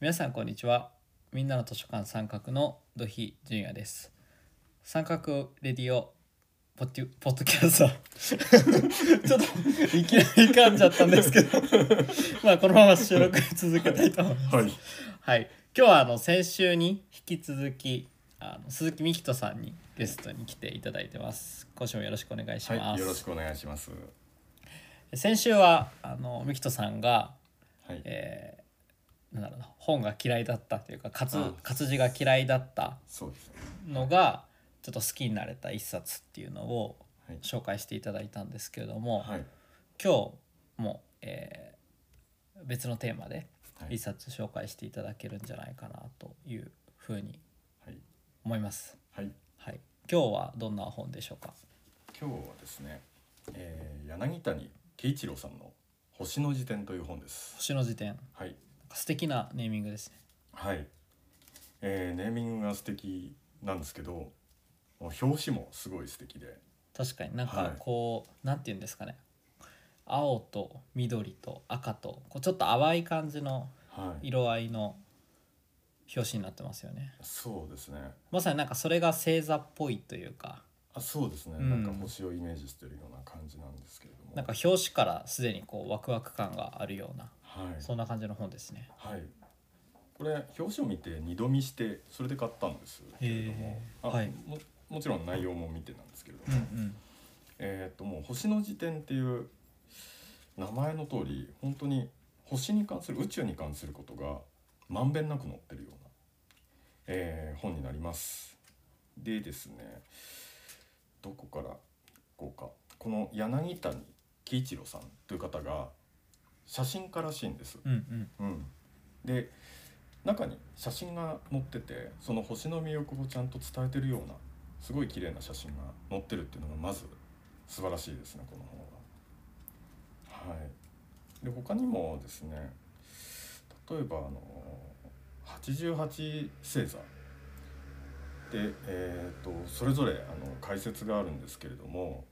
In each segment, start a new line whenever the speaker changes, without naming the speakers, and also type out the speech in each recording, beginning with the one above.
皆さんこんにちはみんなの図書館三角の土肥純也です三角レディオポッティポッドキャスト ちょっといきなり噛んじゃったんですけど まあこのまま収録続けたいと思います
はい。
はい今日はあの先週に引き続きあの鈴木美人さんにゲストに来ていただいてます今週もよろしくお願いします、
はい。よろしくお願いします。
先週はあの美人さんが
はい。
えーなんだろうな本が嫌いだったというか活
あ
活字が嫌いだった
そうですね。
のがちょっと好きになれた一冊っていうのを
はい。
紹介していただいたんですけれども、
はい。
今日も、えー別のテーマで
はい
一冊紹介していただけるんじゃないかなというふうに
はい。
思います。
はい。
はい、今日はどんな本でしょうか。
今日はですね、えー、柳谷喜一郎さんの星の辞典という本です。
星の辞典、
はい。
素敵なネーミングですね。
はい。えー、ネーミングが素敵なんですけど、もう表紙もすごい素敵で、
確かになん
はい
かこう、なんて言うんですかね青と緑と赤とこうちょっと淡い感じの
はい。
色合いの表紙になってますよね
そうですね。
まさになんかそれが星座っぽいというか
あ、そうですね。
うん
なんか星をイメージしてるような感じなんですけれども、
なんか表紙からすでにこうワクワク感があるような
はい。
そんな感じの本ですね
はい。これ表紙を見て二度見してそれで買ったんですけれども
へ、ー
あ
はい
ももちろん内容も見てなんですけれど
うん
も、
うん
えーっともう星の辞典っていう名前の通り本当に星に関する宇宙に関することがまんべんなく載ってるような、えー本になります。でですね、どこから行こうか。この柳谷喜一郎さんという方が写真家らしいんです。
うんうん
うん、で中に写真が載っててその星の魅力をちゃんと伝えてるようなすごい綺麗な写真が載ってるっていうのがまず素晴らしいですねこの本は。はい、で他にもですね例えばあの88星座で、えー、とそれぞれあの解説があるんですけれども、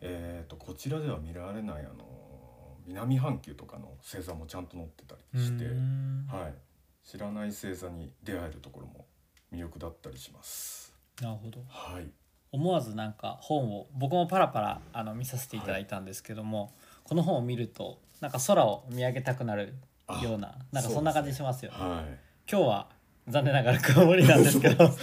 えー、とこちらでは見られないあの南半球とかの星座もちゃんと載ってたりして。
うーん
はい、知らない星座に出会えるところも魅力だったりします。
なるほど
はい、
思わずなんか本を僕もパラパラあの見させていただいたんですけども、この本を見るとなんか空を見上げたくなる
あ
ようななんかそんな感じしますよね
はい、
今日は残念ながら曇りなんですけどはい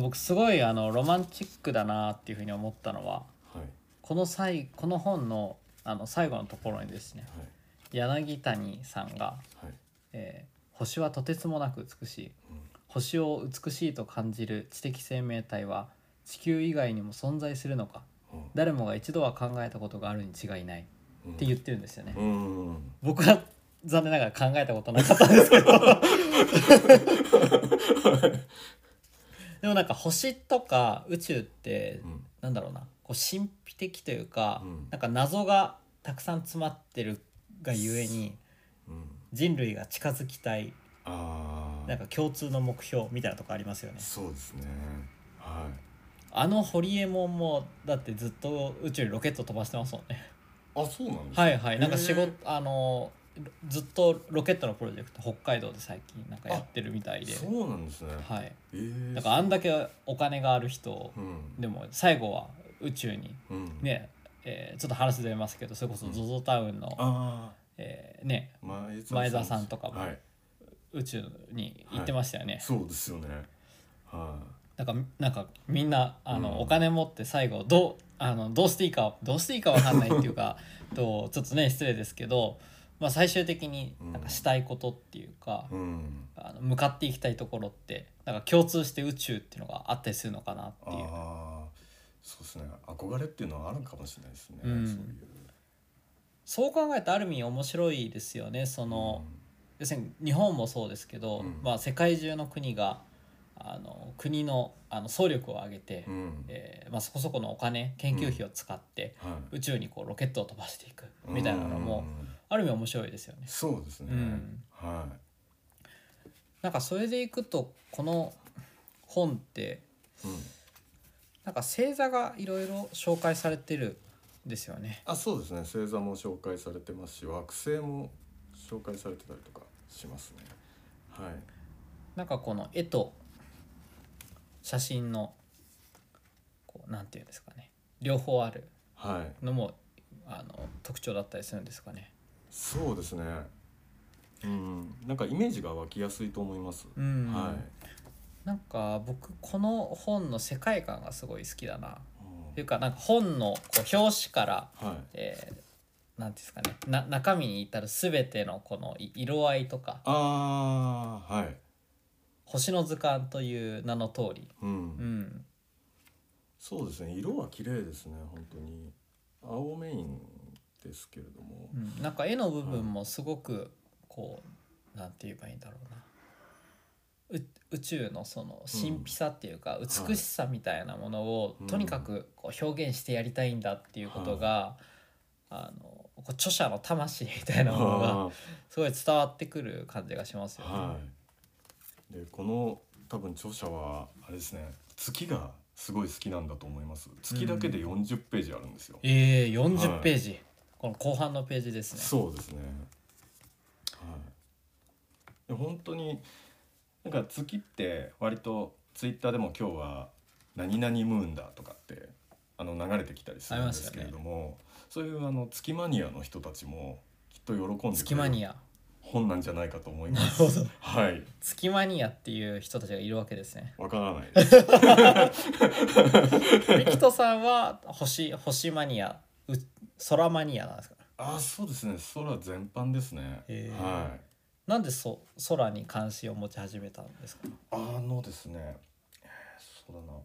僕すごいあのロマンチックだなっていうふうに思ったのは
はい、
この際この本のあの最後のところにですね
はい、
柳谷さんが、
はい、
えー星はとてつもなく美しい
うん
星を美しいと感じる知的生命体は地球以外にも存在するのか
うん
誰もが一度は考えたことがあるに違いない」
うん
って言ってるんですよね。
うん、
僕は残念ながら考えたことなかったんです けどでもなんか星とか宇宙って
うん、
なんだろうなこう神秘的というか、
うん
なんか謎がたくさん詰まってるがゆえに
うん、
人類が近づきたい
あ
なん
あ、
か共通の目標みたいなとこありますよね。
そうですね。はい。
あのホリエモンもだってずっと宇宙にロケット飛ばしてますもん ね。
あ、そうなんですか。
はいはい。なんか仕
へ
事
ー
あのずっとロケットのプロジェクト北海道で最近なんかやってるみたいで。
そうなんですね。
はい。
ええ。
だからあんだけお金がある人
そう。うん。
でも最後は宇宙に
うん。。
ね、えーちょっと話ずれますけどそれこそ ZOZO タウンの、
あ
えーね
あ、前
前澤さんとかも
はい。
宇宙に行ってましたよね、
そうですよね。は
だからなんかみんなあの、
うん
お金持って最後どうあのどうしていいかどうしていいかわかんないっていう かとちょっとね失礼ですけど、まあ、最終的になんかしたいことっていうか、
い。うん。
あの向かっていきたいところってなんか共通して宇宙っていうのがあったりするのかなっていう
ああそうですね憧れっていうのはあるかもしれないですね、
うん
そうい
そ
う
う考えたらある意味面白いですよねその、要するに日本もそうですけど、
うん
まあ、世界中の国があの国のあの総力を上げて、
うん、うん
えーまあ、そこそこのお金研究費を使って、
はい
宇宙にこうロケットを飛ばしていくみたいなのも、
うん
ある意味面白いですよね。
そうですね、
うん
は
なんかそれでいくとこの本って
い、うん
なんか星座がいろいろ紹介されてるですよね
あそうですね星座も紹介されてますし惑星も紹介されてたりとかしますねはい
なんかこの絵と写真のこうなんていうんですかね両方ある
はい
のもあの特徴だったりするんですかね
そうですねうんなんかイメージが湧きやすいと思います、
うん
はい、
なんか僕この本の世界観がすごい好きだな
うん
というかなんか本のこう表紙から
はい
えー、なんていうんですかねな中身に至る全てのこのい色合いとか
ああはい
「星の図鑑」という名の通り、
うん
うん、
そうですね色は綺麗ですね本当に青メインですけれども、
うんなんか絵の部分もすごくこうなんて言えばいいんだろうなう宇宙のその神秘さっていうか美しさみたいなものを
うん
とにかくこう表現してやりたいんだっていうことが、あのこう著者の魂みたいなものが
は
すごい伝わってくる感じがします
い
よね。
はいでこの多分著者はあれですね月がすごい好きなんだと思います月だけで40ページあるんですよ、
ええー、
は
40
い
ページ、この後半のページですね。
そうですね。はい。で本当になんか月って割とツイッターでも今日は何々ムーンだとかってあの流れてきたりするんですけれども、そういうあの月マニアの人たちもきっと喜んで
月マニ
ア
ア
本なんじゃないかと思います。
ほど
はい。
月マニアっていう人たちがいるわけですね
わからないです。
ミキトさんは星星マニアう空マニアなんですか
あ、そうですね。空全般ですね。
へー
はい。
なんでそ空に関心を持ち始めたんですか
あのですねえーそうだな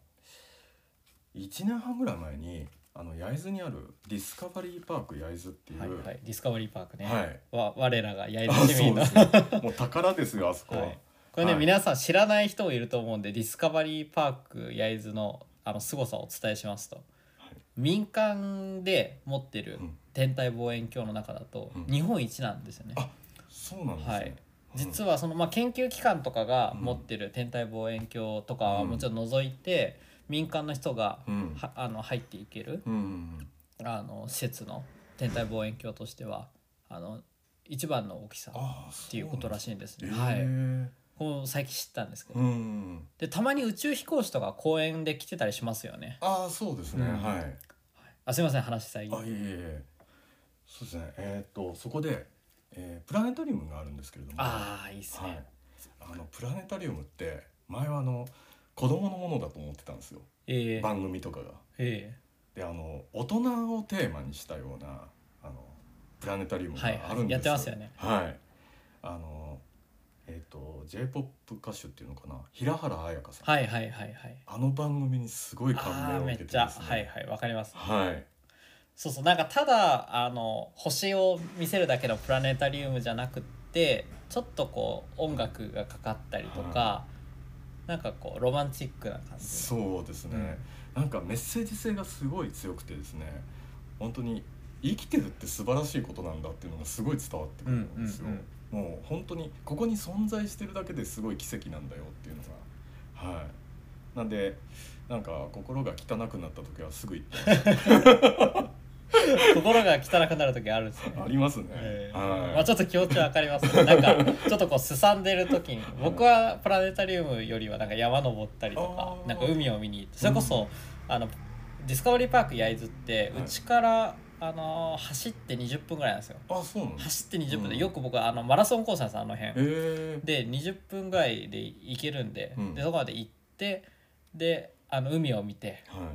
1年半ぐらい前にあの焼津にあるディスカバリーパーク焼津っていう
はいはいディスカバリーパークね、
はい
わ我らが焼
あ
津市
そ
民
う
の、
ですねもう宝ですよあそこは、
はいこれね、
はい
皆さん知らない人もいると思うんでディスカバリーパーク焼津のあの凄さをお伝えしますと、
い
民間で持ってる
うん
天体望遠鏡の中だと
うん
日本一なんですよね、
あそうなんですね、
はい実
は、
はその、まあ、研究機関とかが
うん
持ってる天体望遠鏡とかは
うん
もちろん除いて、民間の人が
うん
はあの入っていける
うんうん
あの施設の天体望遠鏡としてはあの一番の大きさっ
あって
いうことらしいんですね。
は、
はい
へ
い、
ー
こう最近知ったんですけど、
うん
でたまに宇宙飛行士とか公園で来てたりしますよね。
ああそうですね、
うん
はい
あすいません話遮
あいえいえいえそうですねえーっとそこで、えープラネタリウムがあるんですけれども
ああいいっす
はい
ね。、
あのプラネタリウムって前はあの子供のものだと思ってたんですよ
ええ
番組とかが。
え
であの大人をテーマにしたようなあのプラネタリウムが
はいはい
あるんですよ、
やってますよね
はいあのえっ、と j p o p 歌手っていうのかな平原綾香さ
えはい
ん、
はいはいはい。
あの番組にすごい感
あ
銘
あ
を
め
受け
ってちゃはいはいわかります。
はい、
そうそうなんかただあの星を見せるだけのプラネタリウムじゃなくってちょっとこう音楽がかかったりとか、なんかこうロマンチックな感じ
そうですね、なんかメッセージ性がすごい強くてですね本当に生きてるって素晴らしいことなんだっていうのがすごい伝わってくるんですよ、
うん
もう本当にここに存在してるだけですごい奇跡なんだよっていうのがはいなんでなんか心が汚くなった時はすぐ行ってま
心が汚くなる時あるんですね
すありますね、
えーま
は
あ、
い
ちょっと気持ちは分かります、ね、なんかちょっとこうすさんでる時 に僕はプラネタリウムよりはなんか山登ったりとか
あー
なんか海を見に行ってそれこそ、あのディスカバリーパーク焼津って
はいう
ちから、あの走って20分ぐらいなんですよ
あそうなんです
走って20分
う
で
ん
よく僕あのマラソンコースなんですあの辺
えー、
で20分ぐらいで行けるんで,、
うん
でそこまで行ってであの海を見て
は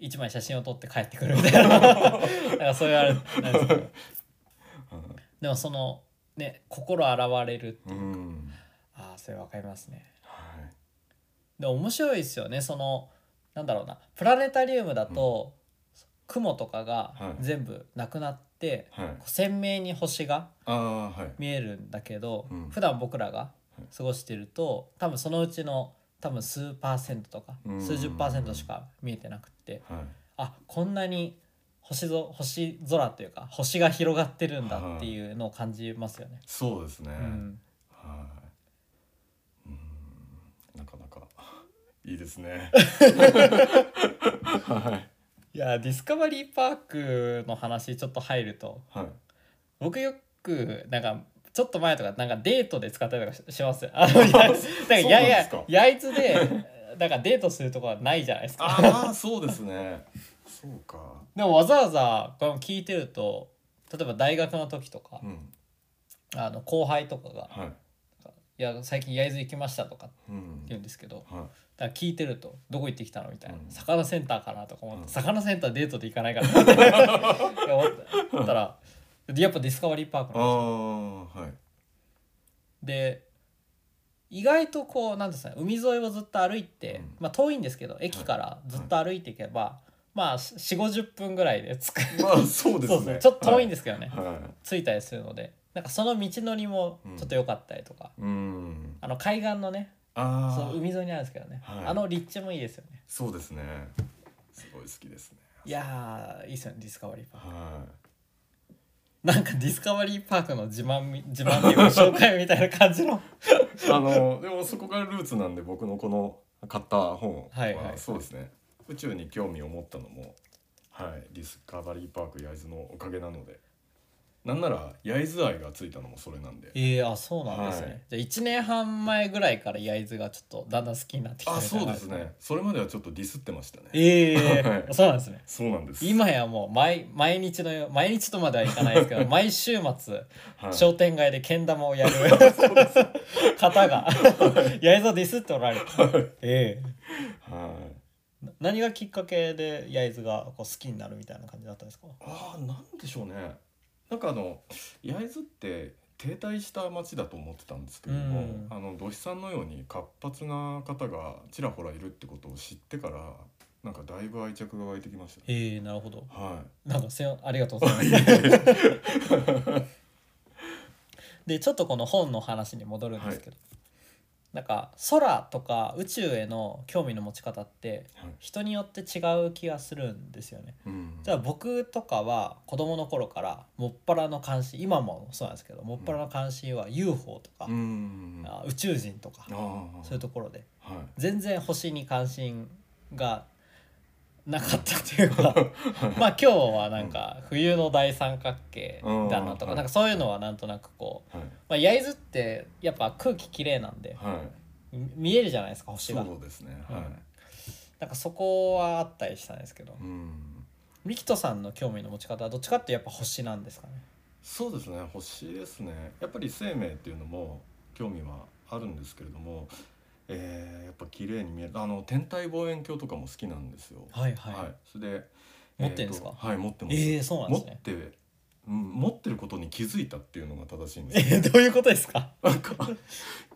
い
一枚写真を撮って帰ってくるみたい ななんかそういうあれなんですけどでもそのね心洗われる
うん、うん
ああそれわかりますね
はい
で面白いですよねそのなんだろうなプラネタリウムだと、雲とか
は
が
い
全部なくなって、
はい
こう鮮明に星が
ああはい
見えるんだけど、
うん
普段僕らが過ごしてると多分そのうちの多分数パーセントとか
うん
数十パーセントしか見えてなくって
はい
あこんなに星ぞ星空というか星が広がってるんだっていうのを感じますよね。
そうですね、
うん、
はい。うーん、なかなかいいですね。はい。
いやディスカバリーパークの話ちょっと入ると
はい
僕よくなんかちょっと前とかなんかデートで使ったりとかししますあ のいやなんか
そう
い
なん
やい
です
や
か
やいつでなんかデートするとこはないじゃないですか
あーまあそうですねそうか
でもわざわざこれも聞いてると例えば大学の時とか
うん
あの後輩とかが
はい
「いや最近焼津行きました」とかって
うん
言うんですけど
は
だから聞いてると「どこ行ってきたの?」みたいな「
うん
魚センターかな?」とか思って「
うん
魚センターデートで行かないかな」って思ったら やっぱディスカバリーパークなんです
あ
よ
あはい
で意外とこうなんですかね海沿いをずっと歩いて、
うん
まあ遠いんですけど駅からずっと歩いていけば、まあ4 5 0分ぐらいで着く
まあそうですね
そうですねちょっと遠いん
で
ですけどね、
はい、はい、
着いたりするのでなんかその道のりもちょっと良かったりとか、
うん
あの海岸のねそ
あ
の
あ
海沿いにあるんですけどね、
はい
あの立地もいいですよね
そうですねすごい好きですね
いやーいいですよねディスカバリーパーク
は
なんかディスカバリーパークの自慢 み自慢っていうか紹介みたいな感じの
いあの でもそこがルーツなんで僕のこの買った本は、
はいはい
そうですね宇宙に興味を持ったのもはいディスカバリーパーク焼津のおかげなのでなんなら焼津愛がついたのもそれなんで
えー、あそうなんですね、
はい
じゃあ1年半前ぐらいから焼津がちょっとだんだん好きになってきた
あ
みたい
そう
な
ですねそれまではちょっとディスってましたね
ええ
はい
そうなんですね。
そうなんです
今やもう毎毎日のよ毎日とまではいかないですけど 毎週末
はい
商店街でけん玉を やる方が八重洲ディスっておられる。ええ
はい
な何がきっかけで焼津がこう好きになるみたいな感じだったんですか
ああなんでしょうねなんかあの焼津って停滞した町だと思ってたんですけども、
うん
あの土肥さんのように活発な方がちらほらいるってことを知ってからなんかだいぶ愛着が湧いてきましたね
ええなるほど。
は
なんかせんありがとうござい
い
ます。
は
でちょっとこの本の話に戻るんですけど、なんか空とか宇宙への興味の持ち方って
い、
人によって違う気がするんですよね。
うん、
じゃあ僕とかは子供の頃からもっぱらの関心今もそうなんですけどもっぱらの関心は UFO とか、
うんあ
あ宇宙人とか、
あ
そういうところで
はい
全然星に関心がなかったという か まあ今日はなんか冬の大三角形だなと
う
か
ん
なんかそういうのはなんとなくこう、
はい
まあ、焼津ってやっぱ空気きれいなんで
はい
み見えるじゃないですか星
そ
が
うですね
うん
は
なんかそこはあったりしたんですけど
い、うん
ミキトさんの興味の持ち方はどっちかってやっぱ星なんですかね
そうですね星ですねやっぱり生命っていうのも興味はあるんですけれども、えーやっぱ綺麗に見えるあの天体望遠鏡とかも好きなんですよ
はいはい、
それで
持ってんですか
えーとはい持ってます、
ええそうなんで
持
す
っ
ね。
て、うん、持ってることに気づいたっていうのが正しいんです
えどういうことですか。
なんか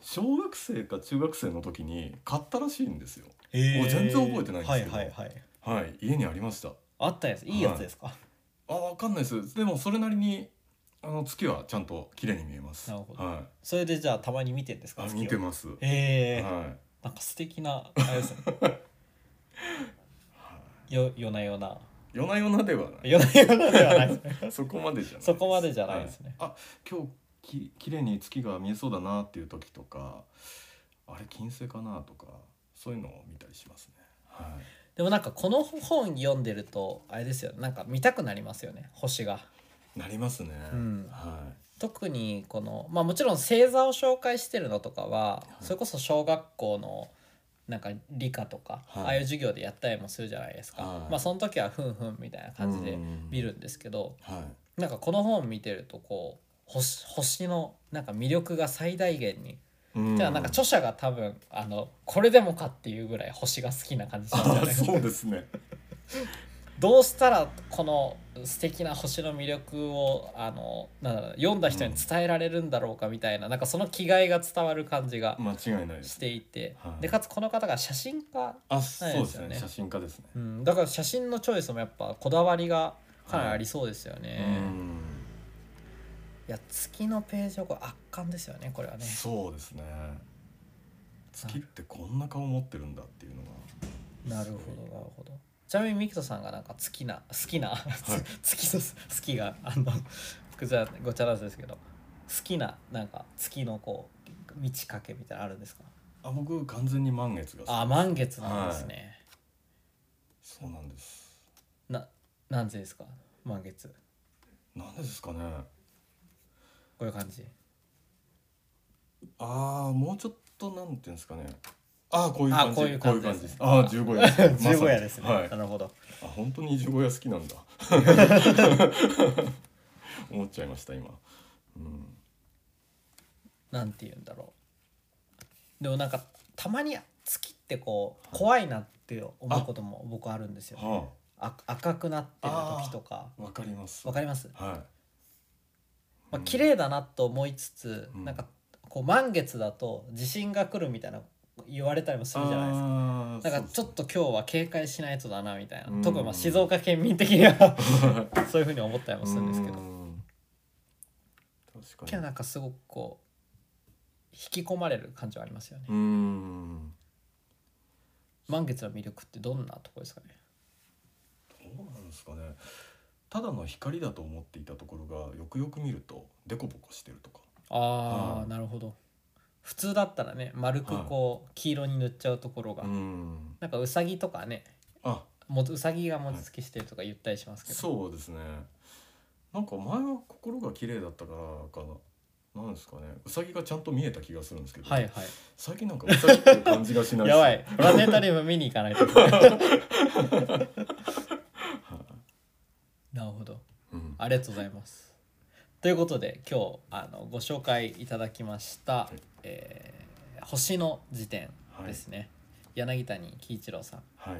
小学生か中学生の時に買ったらしいんですよ
え
もう全然覚えてないんですけど
はいはいはい。
はい家にありました
あったやつ、いいやつですか。
あわかんないですでもそれなりにあの月はちゃんと綺麗に見えます
なるほど
はい
それでじゃあ、たまに見てんですか。
あ
月を
見てます
ええ
は
なんか素敵な、あれですね。よ、夜 な夜な。
い。夜な夜なではない。
夜な夜なではないですね。
そこまでじゃない。
そこまでじゃないですね
はい。あ、今日き綺麗に月が見えそうだなっていう時とか、あれ金星かなとか、そういうのを見たりしますね。はい。
でもなんかこの本読んでるとあれですよなんか見たくなりますよね星が
なりますね。
うん
は
特にこのまあもちろん星座を紹介してるのとかは、
い
それこそ小学校のなんか理科とか、
はい
ああいう授業でやったりもするじゃないですか、
はい。
まあその時はふんふんみたいない感じで
うん
見。るんですけど、
はい。
なんかこの本見てるとこう星星のなんか魅力が最大限に、
う
じゃあなんか著者が多分あのこれでもかっていうぐらい星が好きな感じしますよ
あ、
ね。
そうですね。
どうしたらこの素敵な星の魅力をあのなんだろう読んだ人に伝えられるんだろうかみたいな,、なんかその気概が伝わる感じが
間違いないで
し
す。
ていて、
はい
でかつこの方が写真家、
あ、そうです
ないですよ
ね。
ね
写真家ですね。
うん、だから写真のチョイスもやっぱこだわりがかなりありそうですよね。いや月のページをこう圧巻ですよねこれは
うん
ね。
そうですね。月ってこんな顔持ってるんだっていうのが。
なるほどなるほど。ちなみにミキトさんがなんか好きな好きな、月の 好きがあの ごちゃごちゃなんですけど好きななんか月のこう満ち欠けみたいなのあるんですか
あ、僕完全に満月が好き。
あ満月なんですね、
そうなんです。
な何時ですか満月
なんでですかね
こういう感 じ
ああもうちょっとなんていうんですかねああこういう感
あ
じ
こういう
こうい
感
う
じで
感じですす
ね
ああ十五夜です ね
十五夜ですね、
まさにはい
なるほど
あ本当に十五夜好きなんだ 思っちゃいました今うん
なんて言うんだろうでもなんかたまに月ってこう怖いなって思うことも僕あるんですよ
は
あ赤くなってる時とか
あわかります
わかります、
は
まあ
うん
綺麗だなと思いつつ、
うん
なんかこう満月だと地震が来るみたいな言われたりも
い
するじゃないですか
ない
なんかちょっと今日は警戒しないとだなみたいな、
うん
特にまあ静岡県民的には そういうふうに思ったりもするんですけ ど、け
確か
ど
に
なんかすごくこう引き込まれる感じはありますよね、
うん
満月の魅力ってどんなとこですかね
どうなんですかねただの光だと思っていたところがよくよく見るとデコボコしてるとか
ああ、
はい
なるほど普通だったらね丸くこう黄色に塗っちゃうところが、
うん
なんかウサギとかね
あ
もうさぎが餅つきしてるとか言ったりしますけど、
そうですねなんか前は心が綺麗だったからかななんですかねうさぎがちゃんと見えた気がするんですけど、
はいはい
最近なんかうさぎっていう感じがしないです
やばいプラネタリウム見に行かないと なるほど
うん、
ありがとうございます。ということで今日あのご紹介いただきました、
い
えー星の辞典
はい
ですね、柳谷喜一郎さん
はい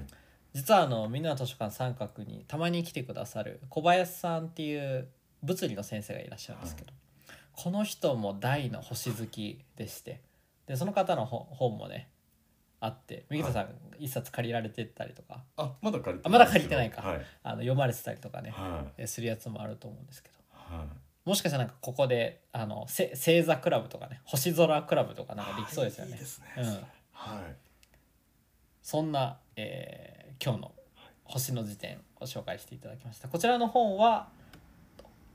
実はあのみんなの図書館三角にたまに来てくださる小林さんっていう物理の先生がいらっしゃるんですけど、この人も大の星好きでしてでその方の本本もねあって右田さん一冊借りられてたりとか、
あまだ借り
あまだ借りてないか
はいはい
あの読まれてたりとかね、
はい
えするやつもあると思うんですけど。
は
もしかしたらなんかここであのせ星座クラブとかね星空クラブとかなんかできそうですよ
いい
ね
で。すね、
うん、
はい
そんな、えー今日の「星の辞典」を紹介していただきました。こちらの本は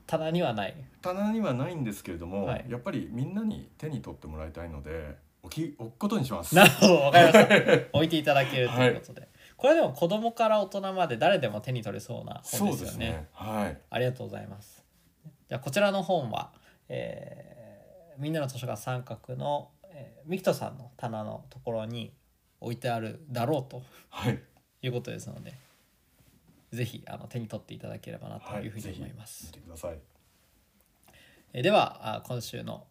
棚にはない。
棚にはないんですけれども、
はい
やっぱりみんなに手に取ってもらいたいので置き置くことにします
なるほどわかりま した。置いていただけるということで、これでも子供から大人まで誰でも手に取れそうな
そう
本
で
ですす
ね
よね。
はい
ありがとうございます。じゃあこちらの本は、えーみんなの図書館三角の、えー、ミキトさんの棚のところに置いてあるだろうと
はい
いうことですので、ぜひあの手に取っていただければなと
はい
いうふうに
ぜひ
思います
見。てください
えーではあ今週の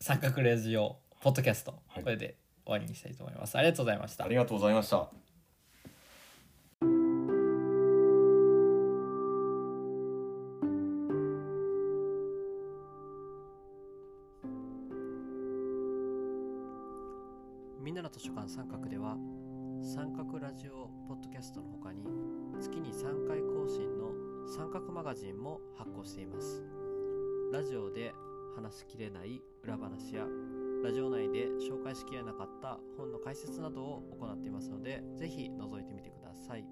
三角レジオポッドキャスト、
はい
これで終わりにしたいと思います。ありがとうございました
あり。がとうございました
みんなの図書館三角では三角ラジオポッドキャストの他に月に3回更新の三角マガジンも発行していますラジオで話しきれない裏話やラジオ内で紹介しきれなかった本の解説などを行っていますのでぜひ覗いてみてください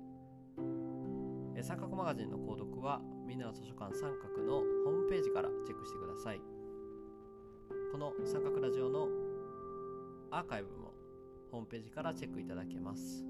え三角マガジンの購読はみんなの図書館三角のホームページからチェックしてくださいこの三角ラジオのアーカイブもホームページからチェックいただけます